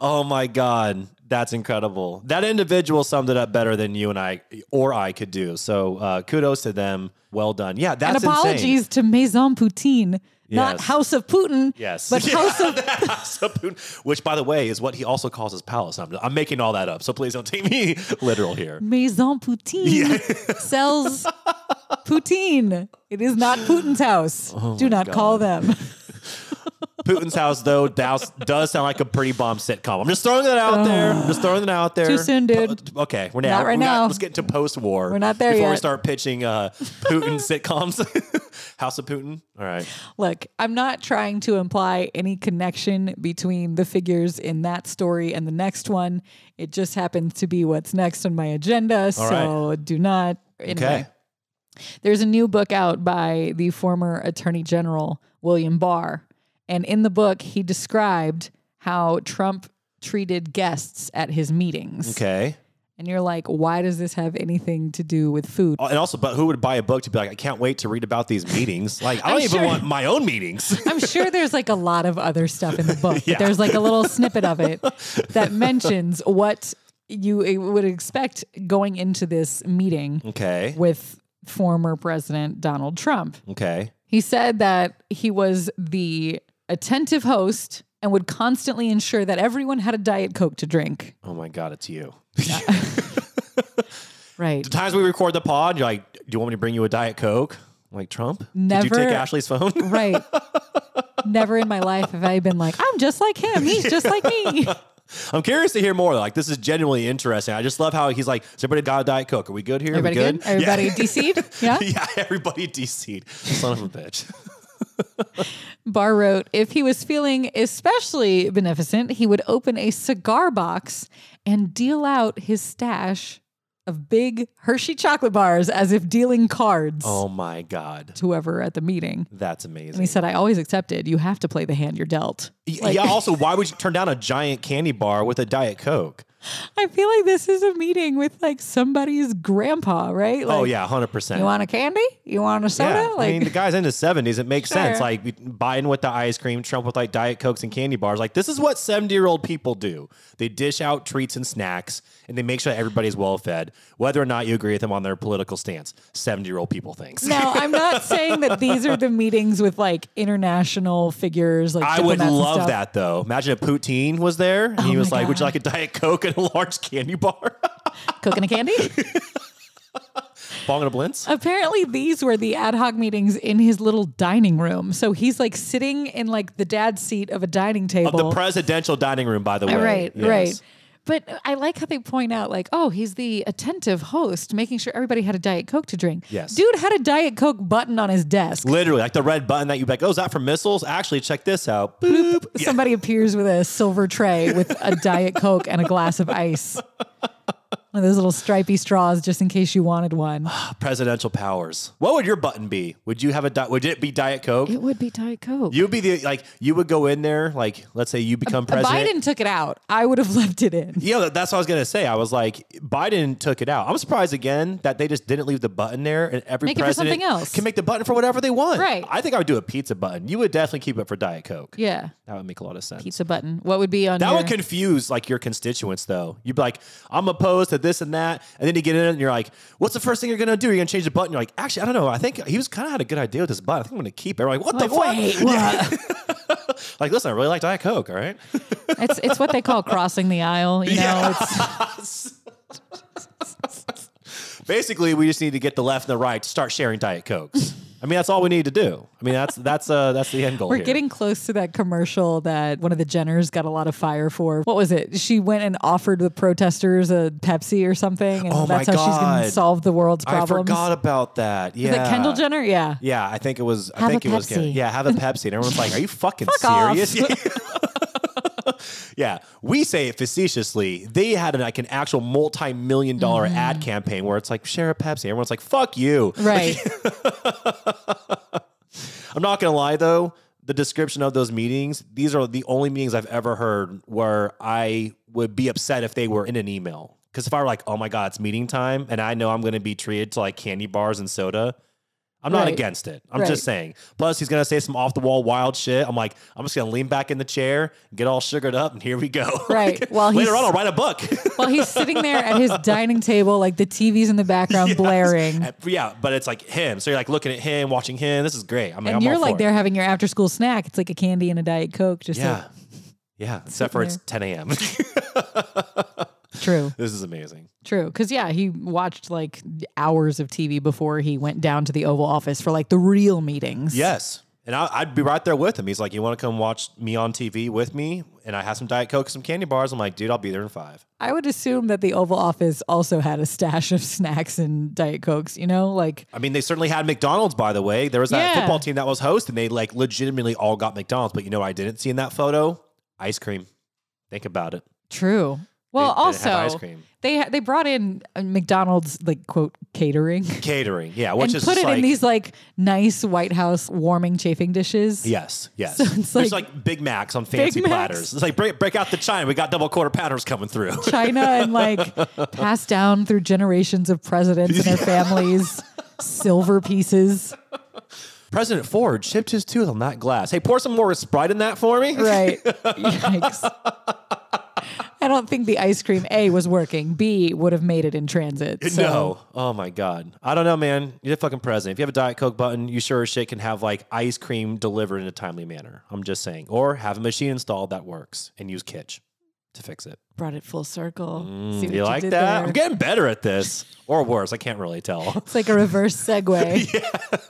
B: Oh my God. That's incredible. That individual summed it up better than you and I or I could do. So uh, kudos to them. Well done. Yeah,
A: and
B: that's
A: apologies to Maison Poutine, not
B: Yes.
A: House of Putin,
B: Yes.
A: but
B: Yeah,
A: House of
B: the House of Putin, which, by the way, is what he also calls his palace. I'm, I'm making all that up, so please don't take me literal here.
A: Maison Poutine sells poutine. It is not Putin's house.
B: Oh
A: Do not call them.
B: Putin's house, though, does, does sound like a pretty bomb sitcom. I'm just throwing that out there. I'm just throwing that out there.
A: Too soon, dude.
B: Po- okay, we're now.
A: Not right
B: we're
A: now.
B: let's get to post-war.
A: We're not there
B: before we
A: yet.
B: start pitching uh, Putin sitcoms. house of Putin. All right.
A: Look, I'm not trying to imply any connection between the figures in that story and the next one. It just happens to be what's next on my agenda. so do not. Anyway,
B: Okay.
A: There's a new book out by the former Attorney General, William Barr. And in the book, he described how Trump treated guests at his meetings.
B: Okay.
A: And you're like, why does this have anything to do with food?
B: Uh, And also, but who would buy a book to be like, I can't wait to read about these meetings? Like, I don't even
A: sure-
B: want my own meetings.
A: I'm sure there's like a lot of other stuff in the book,
B: Yeah.
A: but there's like a little snippet of it that mentions what you eh, would expect going into this meeting
B: okay.
A: with former President Donald Trump.
B: Okay.
A: He said that he was the attentive host and would constantly ensure that everyone had a Diet Coke to drink.
B: Oh my God, it's you.
A: Right.
B: the times we record the pod, you're like, do you want me to bring you a Diet Coke? I'm like, Trump? Did
A: Never-
B: you take Ashley's phone?
A: Right. Never in my life have I been like, I'm just like him. He's just like me.
B: I'm curious to hear more. Like, this is genuinely interesting. I just love how he's like, has everybody got a Diet Coke? Are we good here? Are we
A: Everybody good?
B: good?
A: Everybody DC'd? Yeah.
B: Yeah. yeah, everybody DC'd. Son of a bitch.
A: Barr wrote, if he was feeling especially beneficent, he would open a cigar box and deal out his stash of big Hershey chocolate bars as if dealing cards
B: Oh my God.
A: to whoever at the meeting.
B: That's
A: And he
B: amazing.
A: said, I always accepted. You have to play the hand you're dealt.
B: Y-
A: Like,
B: yeah, also, why would you turn down a giant candy bar with a Diet Coke?
A: I feel like this is a meeting with like somebody's grandpa, right? Like,
B: oh, yeah, 100%.
A: You want a candy? You want a soda?
B: yeah,
A: like,
B: I mean the guy's in his seventies. It makes sense.
A: Sure.
B: Like Biden with the ice cream, Trump with like diet cokes and candy bars. Like this is what seventy-year-old people do. They dish out treats and snacks, and they make sure everybody's well fed, whether or not you agree with them on their political stance. Seventy-year-old people things.
A: now, I'm not saying that these are the meetings with like international figures. Like
B: I would
A: diplomats and
B: love
A: stuff.
B: that though. Imagine if Poutine was there and he
A: Oh
B: was
A: my
B: like, "Would you
A: God.
B: like a diet coke and a large candy bar?"
A: Cooking a candy?
B: Bong and a blintz.
A: Apparently, these were the ad hoc meetings in his little dining room. So he's like sitting in like the dad's seat of a dining table.
B: The presidential dining room, by the way.
A: Uh, right,
B: Yes.
A: right. But I like how they point out, like, oh, he's the attentive host, making sure everybody had a Diet Coke to drink.
B: Yes.
A: Dude had a Diet Coke button on his desk.
B: Literally, like the red button that you like. Oh, is that for missiles? Actually, check this out. Boop.
A: Somebody appears with a silver tray with a Diet Coke and a glass of ice. One of those little stripy straws just in case you wanted one.
B: Presidential powers. What would your button be? Would you have a di- would it be Diet Coke?
A: It would be Diet Coke.
B: You'd be the like you would go in there like let's say you become
A: If
B: president.
A: Biden took it out. I would have left it in.
B: Yeah, that- that's what I was gonna say. I was like, Biden took it out. I'm surprised again that they just didn't leave the button there, and every
A: Make it for
B: president
A: something else.
B: can make the button for whatever they want.
A: Right.
B: I think I would do a pizza button. You would definitely keep it for Diet Coke.
A: Yeah.
B: That would make a lot of sense.
A: Pizza button. What would be on
B: That
A: your,
B: would confuse like your constituents though. You'd be like, I'm opposed to this and that, and then you get in it and you're like, what's the first thing you're gonna do? You're gonna change the button. You're like, actually, I don't know. I think he was kind of had a good idea with this button. I think I'm gonna keep it. We're like, what the fuck?
A: Wait,
B: Yeah. like, listen, I really like Diet Coke. All right,
A: It's it's what they call crossing the aisle. You know,
B: Yeah.
A: it's
B: basically, we just need to get the left and the right to start sharing Diet Cokes. I mean, that's all we need to do. I mean, that's that's uh that's the end goal.
A: we're
B: here.
A: getting close to that commercial that one of the Jenners got a lot of fire for. What was it? She went and offered the protesters a Pepsi or something, and
B: Oh my
A: that's how she's going to
B: God.
A: solve the world's
B: I
A: problems.
B: forgot about that. Yeah,
A: Is it Kendall Jenner? Yeah.
B: Yeah, I think it was. I
A: Have
B: think
A: a
B: it was. Good.
A: Pepsi.
B: Yeah, have a Pepsi. And everyone's like, "Are you fucking
A: off.
B: serious?" yeah, we say it facetiously. They had like an actual multi-million dollar
A: Mm-hmm.
B: ad campaign where it's like, "Share a Pepsi." Everyone's like, "Fuck you."
A: Right.
B: I'm not gonna lie though. The description of those meetings, these are the only meetings I've ever heard where I would be upset if they were in an email. Because if I were like, oh my God, it's meeting time and I know I'm gonna be treated to like candy bars and soda, I'm not
A: Right.
B: against it. I'm
A: Right.
B: just saying. Plus, he's gonna say some off the wall wild shit. I'm like, I'm just gonna lean back in the chair, get all sugared up, and here we go.
A: Right.
B: Like,
A: Well,
B: later
A: he's-
B: on, I'll write a book.
A: Well, he's sitting there at his dining table, like the TV's in the background blaring.
B: Uh, yeah, but it's like him. So you're like looking at him, watching him. This is great. I'm like,
A: and
B: I'm
A: you're
B: all
A: like
B: for it.
A: there having your after school snack. It's like a candy and a Diet Coke. Just
B: Yeah.
A: like,
B: Yeah. Except for it's 10 a.m. this
A: true,
B: is amazing.
A: true. Because, yeah, he watched like hours of TV before he went down to the Oval Office for like the real meetings.
B: Yes. And I, I'd be right there with him. He's like, You want to come watch me on TV with me? And I have some Diet Coke, some candy bars. I'm like, Dude, I'll be there in five.
A: I would assume that the Oval Office also had a stash of snacks and Diet Cokes, you know? Like,
B: I mean, they certainly had McDonald's, by the way. There was that
A: Yeah.
B: football team that was host, and they like legitimately all got McDonald's. But you know what I didn't see in that photo? Ice cream. Think about it.
A: true. Well,
B: They didn't
A: also,
B: have ice cream.
A: they ha- they brought in uh, McDonald's, like, quote, catering.
B: Catering. Yeah. Which
A: and
B: is
A: put it
B: just like,
A: in these like nice White House warming chafing dishes.
B: Yes, yes.
A: So it's
B: There's
A: like-
B: like Big Macs on fancy
A: Macs.
B: platters. It's like break, break out the china. We got double quarter pounders coming through.
A: China and like passed down through generations of presidents and their families. Silver pieces.
B: President Ford chipped his tooth on that glass. Hey, pour some more Sprite in that for me.
A: Right. Yikes. I don't think the ice cream A was working. B would have made it in transit. So
B: No. Oh my God. I don't know, man. You're the fucking president. If you have a Diet Coke button, you sure as shit can have like ice cream delivered in a timely manner. I'm just saying. Or have a machine installed that works and use Kitsch to fix it.
A: brought it full circle.
B: Mm,
A: See what
B: you like
A: did
B: that?
A: there.
B: I'm getting better at this. Or worse. I can't really tell.
A: It's like a reverse segue.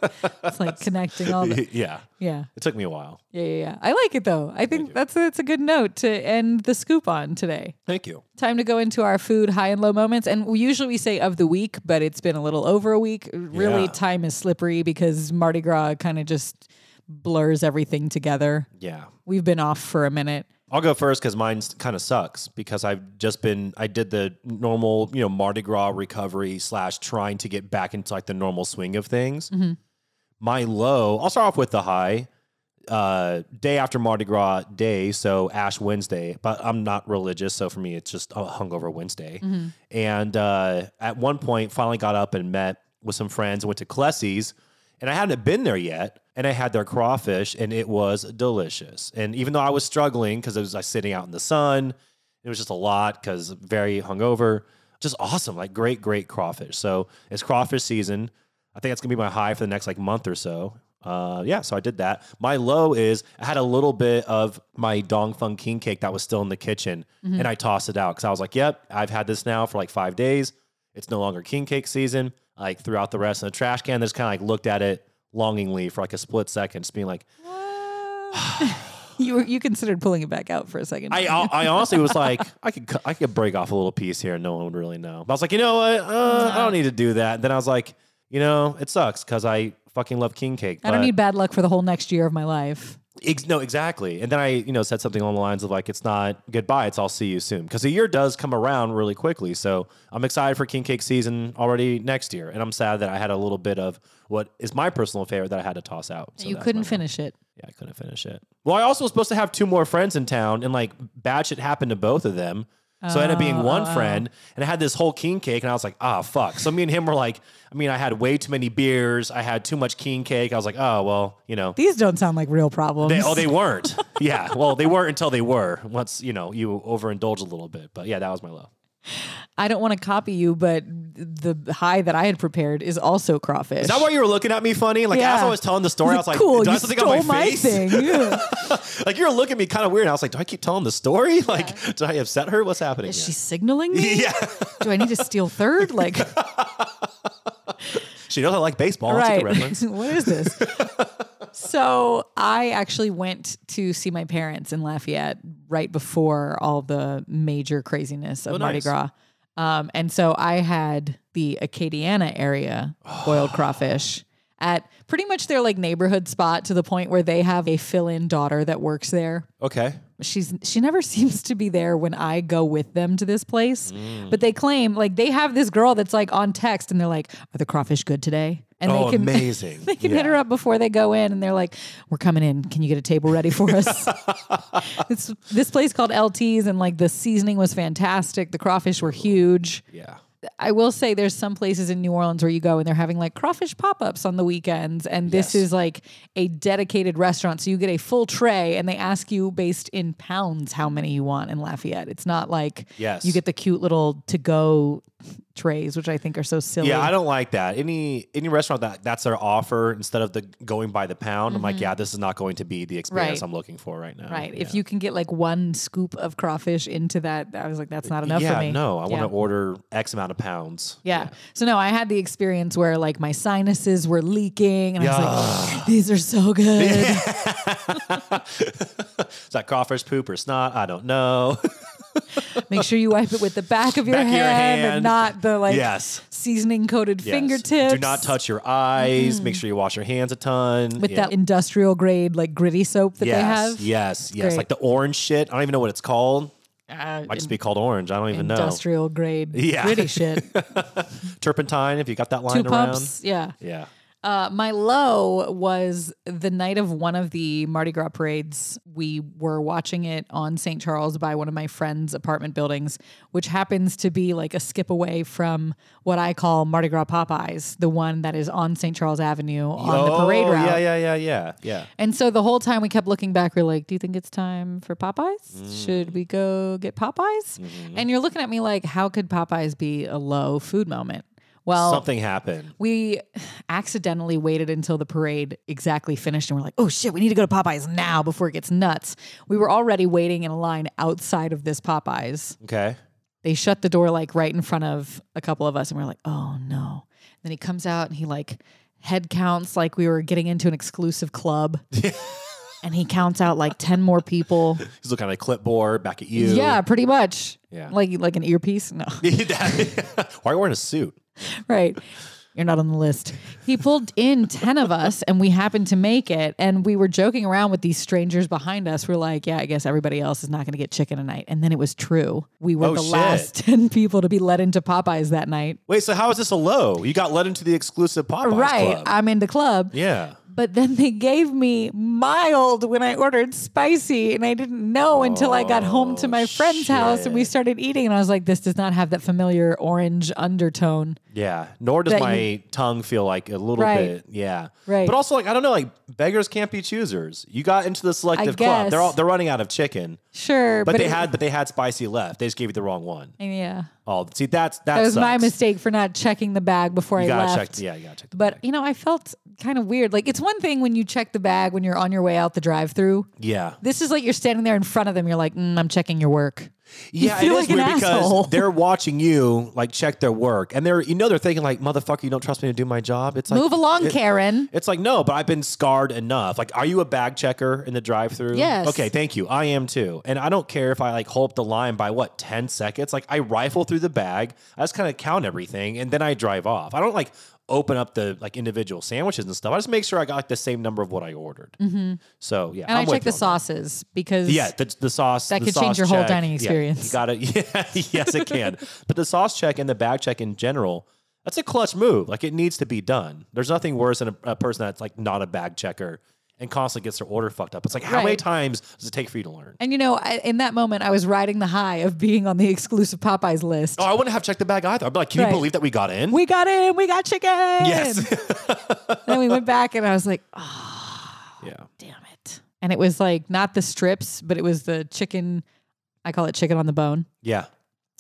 A: It's like connecting all the
B: yeah.
A: Yeah.
B: It took me a while.
A: Yeah, yeah, yeah. I like it though. I think that's a, that's a good note to end the scoop on today.
B: Thank you.
A: Time to go into our food high and low moments, and we usually we say of the week, but it's been a little over a week. Really,
B: Yeah.
A: time is slippery because Mardi Gras kind of just blurs everything together.
B: Yeah.
A: We've been off for a minute.
B: I'll go first because mine kind of sucks because I've just been I did the normal you know Mardi Gras recovery slash trying to get back into like the normal swing of things. My low. I'll start off with the high. Uh, day after Mardi Gras day, so Ash Wednesday. But I'm not religious, so for me it's just a hungover Wednesday. And uh, at one point, finally got up and met with some friends and went to Clessy's, and I hadn't been there yet. And I had their crawfish, and it was delicious. And even though I was struggling because it was like sitting out in the sun, it was just a lot because very hungover. Just awesome, like great, great crawfish. So it's crawfish season. I think that's gonna be my high for the next like month or so. Uh, yeah, so I did that. My low is I had a little bit of my Dong Fung King cake that was still in the kitchen, and I tossed it out because I was like, "Yep, I've had this now for like five days. It's no longer king cake season." Like throughout the rest in the trash can, I just kind of like looked at it longingly for like a split second, just being like,
A: you were, you considered pulling it back out for a second.
B: I, I honestly was like, I could cu- I could break off a little piece here and no one would really know. But I was like, you know what? Uh, I don't need to do that. Then I was like, you know, it sucks because I fucking love king cake.
A: I don't
B: but-
A: need bad luck for the whole next year of my life.
B: Ex- no, exactly. And then I, you know, said something along the lines of like, "It's not goodbye. It's I'll see you soon." Because the year does come around really quickly. So I'm excited for king cake season already next year, and I'm sad that I had a little bit of what is my personal favorite that I had to toss out. So
A: you
B: that's
A: couldn't
B: my-
A: finish it.
B: Yeah, I couldn't finish it. Well, I also was supposed to have two more friends in town, and like bad shit happened to both of them. So I ended up
A: Oh,
B: being one friend, and I had this whole king cake, and I was like, ah, fuck. So me and him were like, I mean, I had way too many beers, I had too much king cake. I was like, oh well, you know,
A: These don't sound like real problems.
B: they, oh, they weren't. yeah. Well, they weren't until they were. Once you know, you overindulge a little bit. But yeah, that was my low.
A: I don't want to copy you, but the high that I had prepared is also crawfish.
B: Is that why you were looking at me funny? Like
A: Yeah.
B: as I was telling the story, I was like,
A: cool,
B: "Do
A: you
B: I have something on
A: stole
B: my
A: my
B: face?"
A: thing. Yeah.
B: like you were looking at me kind of weird. I was like, "Do I keep telling the story? Like, did I upset her? What's happening?"
A: Is
B: here?
A: she signaling me?
B: Yeah.
A: Do I need to steal third? Like,
B: She knows I like baseball. That's a
A: right.
B: good reference.
A: what is this? so I actually went to see my parents in Lafayette right before all the major craziness of Mardi
B: Oh, nice.
A: Gras. Um, and so I had the Acadiana area boiled crawfish at pretty much their like neighborhood spot to the point where they have a fill-in daughter that works there
B: Okay.
A: she's she never seems to be there when I go with them to this place.
B: Mm.
A: But they claim like they have this girl that's like on text and they're like, "Are the crawfish good today?" And
B: Oh,
A: they can
B: amazing.
A: they can hit her up before they go in and they're like, "We're coming in. Can you get a table ready for us?" it's this place called LT's and like the seasoning was fantastic. The crawfish were huge.
B: Yeah.
A: I will say there's some places in New Orleans where you go and they're having like crawfish pop ups on the weekends. And this
B: Yes.
A: is like a dedicated restaurant. So you get a full tray and they ask you based in pounds how many you want in Lafayette. It's not like
B: Yes.
A: you get the cute little to go trays, which I think are so silly.
B: Yeah, I don't like that. Any any restaurant that that's their offer instead of the going by the pound. I'm like, yeah, this is not going to be the experience
A: Mm-hmm. Right.
B: I'm looking for right now.
A: right. If
B: Yeah.
A: you can get like one scoop of crawfish into that, I was like, that's not enough
B: yeah,
A: for me.
B: no, I
A: Yeah.
B: want to order X amount of pounds.
A: Yeah. So no, I had the experience where like my sinuses were leaking and I was like, these are so good.
B: Is that crawfish poop or snot? I don't know.
A: Make sure you wipe it with the back of your,
B: Back of
A: hand,
B: your hand.
A: and not the like
B: Yes.
A: seasoning coated
B: Yes.
A: fingertips. Mm-hmm.
B: Do not touch your eyes. Make sure you wash your hands a ton.
A: with
B: Yeah.
A: that industrial grade like gritty soap that
B: Yes,
A: they have.
B: yes, yes.
A: great.
B: Like the orange shit. I don't even know what it's called.
A: Yeah.
B: Might just be called orange. I don't even know.
A: industrial grade
B: Yeah.
A: gritty shit.
B: Turpentine, if you got that
A: Two
B: line around.
A: pumps. Yeah.
B: Yeah.
A: Uh, my low was the night of one of the Mardi Gras parades. We were watching it on St. Charles by one of my friend's apartment buildings, which happens to be like a skip away from what I call Mardi Gras Popeyes, the one that is on St. Charles Avenue on the parade
B: Oh,
A: route.
B: Yeah, yeah, yeah, yeah, yeah.
A: And so the whole time we kept looking back, we're like, do you think it's time for Popeyes?
B: Mm.
A: Should we go get Popeyes?
B: Mm-hmm.
A: And you're looking at me like, how could Popeyes be a low food moment? Well,
B: Something happened.
A: we accidentally waited until the parade exactly finished and we're like, oh shit, we need to go to Popeyes now before it gets nuts. We were already waiting in a line outside of this Popeyes.
B: Okay.
A: They shut the door like right in front of a couple of us and we're like, oh no. And then he comes out and he like head counts like we were getting into an exclusive club. and he counts out like 10 more people.
B: He's looking at a clipboard back at you.
A: Yeah, pretty much.
B: Yeah.
A: Like like an earpiece. No.
B: That- Why are you wearing a suit?
A: right. You're not on the list. He pulled in 10 of us and we happened to make it. And we were joking around with these strangers behind us. We're like, yeah, I guess everybody else is not going to get chicken tonight. And then it was true. We were
B: Oh,
A: the
B: shit.
A: last 10 people to be let into Popeyes that night.
B: Wait, so how is this a low? You got let into the exclusive Popeyes
A: right.
B: club.
A: I'm in the club.
B: yeah.
A: But then they gave me mild when I ordered spicy, and I didn't know until I got home to
B: Oh,
A: my friend's house and we started eating. And I was like, this does not have that familiar orange undertone.
B: Yeah. Nor does
A: That
B: my
A: you-
B: tongue feel like a little
A: Right.
B: bit. Yeah.
A: Right.
B: But also, like, I don't know, like, beggars can't be choosers. You got into the selective club. They're
A: guess.
B: all, they're running out of chicken.
A: Sure.
B: But, they
A: it-
B: had but they had spicy left. They just gave you the wrong one.
A: Yeah.
B: Oh, see, that's that,
A: That was my
B: sucks.
A: mistake for not checking the bag before
B: You
A: I
B: gotta
A: left.
B: check. Yeah, you gotta check. The
A: But you know, I felt kind of weird. Like it's one thing when you check the bag when you're on your way out the drive-through.
B: yeah,
A: This is like you're standing there in front of them. You're like, mm, I'm checking your work.
B: yeah.
A: feel like an asshole.
B: because they're watching you like check their work, and they're you know they're thinking like, motherfucker, you don't trust me to do my job. It's like
A: Move along,
B: it-
A: Karen.
B: It's like no, but I've been scarred enough. Like, are you a bag checker in the drive-through?
A: Yes.
B: Okay, thank you. I am too, and I don't care if I like hold up the line by what ten seconds. Like, I rifle through the bag. I just kind of count everything, and then I drive off. I don't like open up the like individual sandwiches and stuff. I just make sure I got like, the same number of what I ordered. So yeah,
A: Mm-hmm. And
B: I'm
A: i
B: with
A: check the
B: you on that.
A: sauces because
B: Yeah, the, the sauce
A: That
B: the
A: could change
B: sauce
A: your whole
B: check.
A: dining
B: Yeah,
A: experience.
B: you got it. Yeah, yes, it can. But the sauce check and the bag check in general, that's a clutch move. Like it needs to be done. There's nothing worse than a, a person that's like not a bag checker and constantly gets their order fucked up. It's like how many
A: Right.
B: times does it take for you to learn?
A: And you know, I, in that moment, I was riding the high of being on the exclusive Popeyes list.
B: Oh, I wouldn't have checked the bag either. I'd be like, can
A: Right.
B: you believe that we got in?
A: We got in, we got chicken.
B: yes.
A: then we went back, and I was like, oh,
B: yeah.
A: damn it. And it was like not the strips, but it was the chicken. I call it chicken on the bone.
B: Yeah.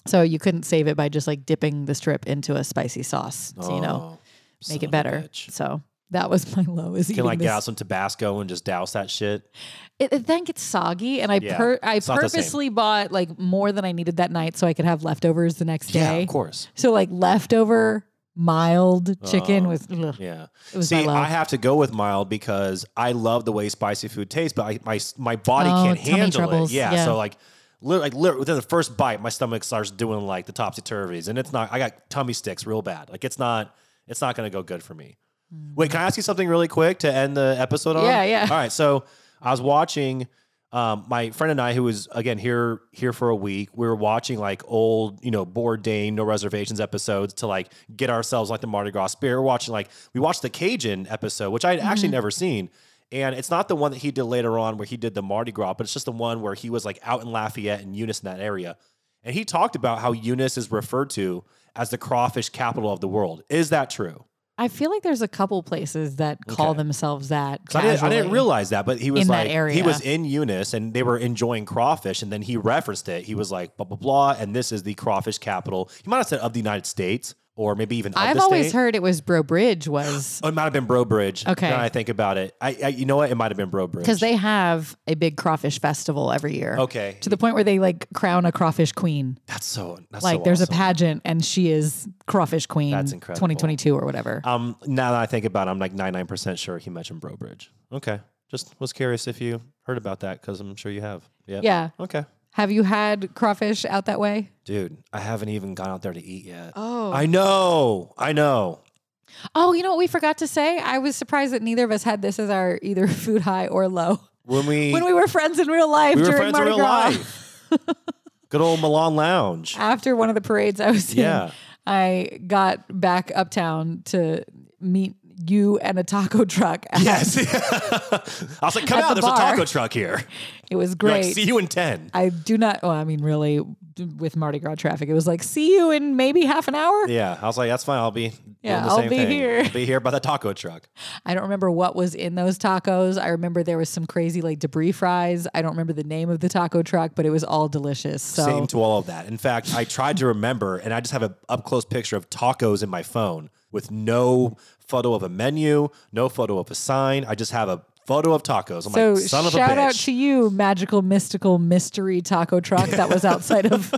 A: So you couldn't save it by just like dipping the strip into a spicy sauce to, you know,
B: Oh, son
A: make
B: of
A: it
B: a
A: better.
B: bitch.
A: So that was my low. Is
B: Can
A: eating
B: like
A: this.
B: get out some Tabasco and just douse that shit.
A: It, it then gets soggy, and I
B: Yeah,
A: per- I
B: it's not the same.
A: purposely bought like more than I needed that night so I could have leftovers the next
B: Yeah,
A: day.
B: of course.
A: So like leftover mild chicken
B: Oh.
A: with ugh,
B: Yeah.
A: it was my
B: See,
A: love.
B: I have to go with mild because I love the way spicy food tastes, but I, my my body
A: Oh,
B: can't
A: tummy
B: handle
A: troubles.
B: it. Yeah,
A: Yeah.
B: So like, lit like lit within the first bite, my stomach starts doing like the topsy turvies, and it's not. I got tummy sticks real bad. Like it's not. It's not going to go good for me. Wait, can I ask you something really quick to end the episode on?
A: Mm. Yeah, yeah.
B: All right. So I was watching. Um, my friend and I, who was again here here for a week, we were watching like old, you know, Bourdain no reservations episodes to like get ourselves like the Mardi Gras spirit. We're watching like we watched the Cajun episode, which I had
A: Mm-hmm.
B: actually never seen, and it's not the one that he did later on where he did the Mardi Gras, but it's just the one where he was like out in Lafayette and Eunice in that area, and he talked about how Eunice is referred to as the crawfish capital of the world. Is that true?
A: I feel like there's a couple places that call
B: Okay.
A: themselves that.
B: 'Cause I didn't, I didn't
A: casually.
B: realize that, but he was
A: in that
B: like, he was
A: area.
B: in Eunice and they were enjoying crawfish. And then he referenced it. He was like, blah, blah, blah. And this is the crawfish capital. He might have said of the United States or maybe even of
A: I've
B: the
A: always
B: state.
A: heard it was Bro Bridge was
B: Oh, it might have been Brobridge.
A: Okay.
B: Now that I think about it. I, I You know what? It might have been Brobridge.
A: because they have a big crawfish festival every year.
B: Okay.
A: To the point where they like crown a crawfish queen.
B: That's so. That's
A: Like
B: so
A: there's
B: awesome.
A: a pageant and she is crawfish queen
B: That's incredible.
A: 2022 or whatever.
B: Um, now that I think about it, I'm like 99% sure he mentioned Brobridge. Okay. Just was curious if you heard about that because I'm sure you have. Yeah.
A: yeah.
B: Okay.
A: Have you had crawfish out that way?
B: Dude, I haven't even gone out there to eat yet.
A: Oh.
B: I know. I know.
A: Oh, you know what we forgot to say? I was surprised that neither of us had this as our either food high or low.
B: When we
A: When we were friends in real life
B: we were
A: during
B: friends in
A: Mardi
B: real
A: Gras.
B: life. Good old Milan Lounge.
A: after one of the parades I was
B: Yeah.
A: in, I got back uptown to meet you and a taco truck.
B: Yes. I was like, come
A: At
B: out,
A: the
B: there's a
A: bar.
B: taco truck here.
A: It was
B: You're
A: great.
B: Like, see you in 10.
A: I do not, well, I mean, really, d- with Mardi Gras traffic, it was like, see you in maybe half an hour.
B: Yeah. I was like, that's fine. I'll be
A: Yeah,
B: doing the
A: I'll
B: same
A: be
B: thing.
A: here.
B: I'll be here by the taco truck.
A: I don't remember what was in those tacos. I remember there was some crazy like debris fries. I don't remember the name of the taco truck, but it was all delicious. So
B: Same to all of that. In fact, I tried to remember, and I just have an up close picture of tacos in my phone with no photo of a menu, no photo of a sign. I just have a photo of tacos. I'm
A: So
B: like, son of a bitch.
A: shout out to you, magical, mystical, mystery taco truck that was outside of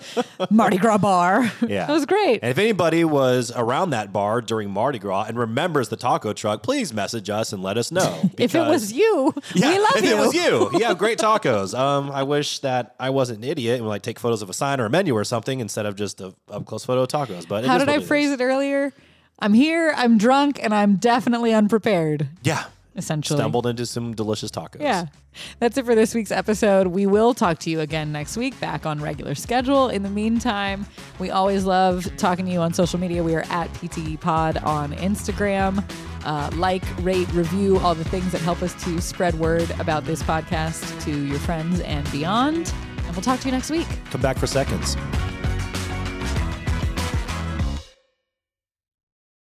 A: Mardi Gras bar.
B: Yeah.
A: that was great.
B: And if anybody was around that bar during Mardi Gras and remembers the taco truck, please message us and let us know.
A: if it was you,
B: Yeah,
A: we love
B: if
A: you.
B: it was you, yeah, great tacos. Um, I wish that I wasn't an idiot and would, like take photos of a sign or a menu or something instead of just a up close photo of tacos. But it
A: How
B: is
A: did
B: what
A: I
B: it is.
A: phrase it earlier? I'm here. I'm drunk, and I'm definitely unprepared.
B: Yeah,
A: Essentially,
B: stumbled into some delicious tacos.
A: Yeah. That's it for this week's episode. We will talk to you again next week, back on regular schedule. In the meantime, we always love talking to you on social media. We are at PTE Pod on Instagram. Uh, like, rate, review, all the things that help us to spread word about this podcast to your friends and beyond. And we'll talk to you next week.
B: come back for seconds.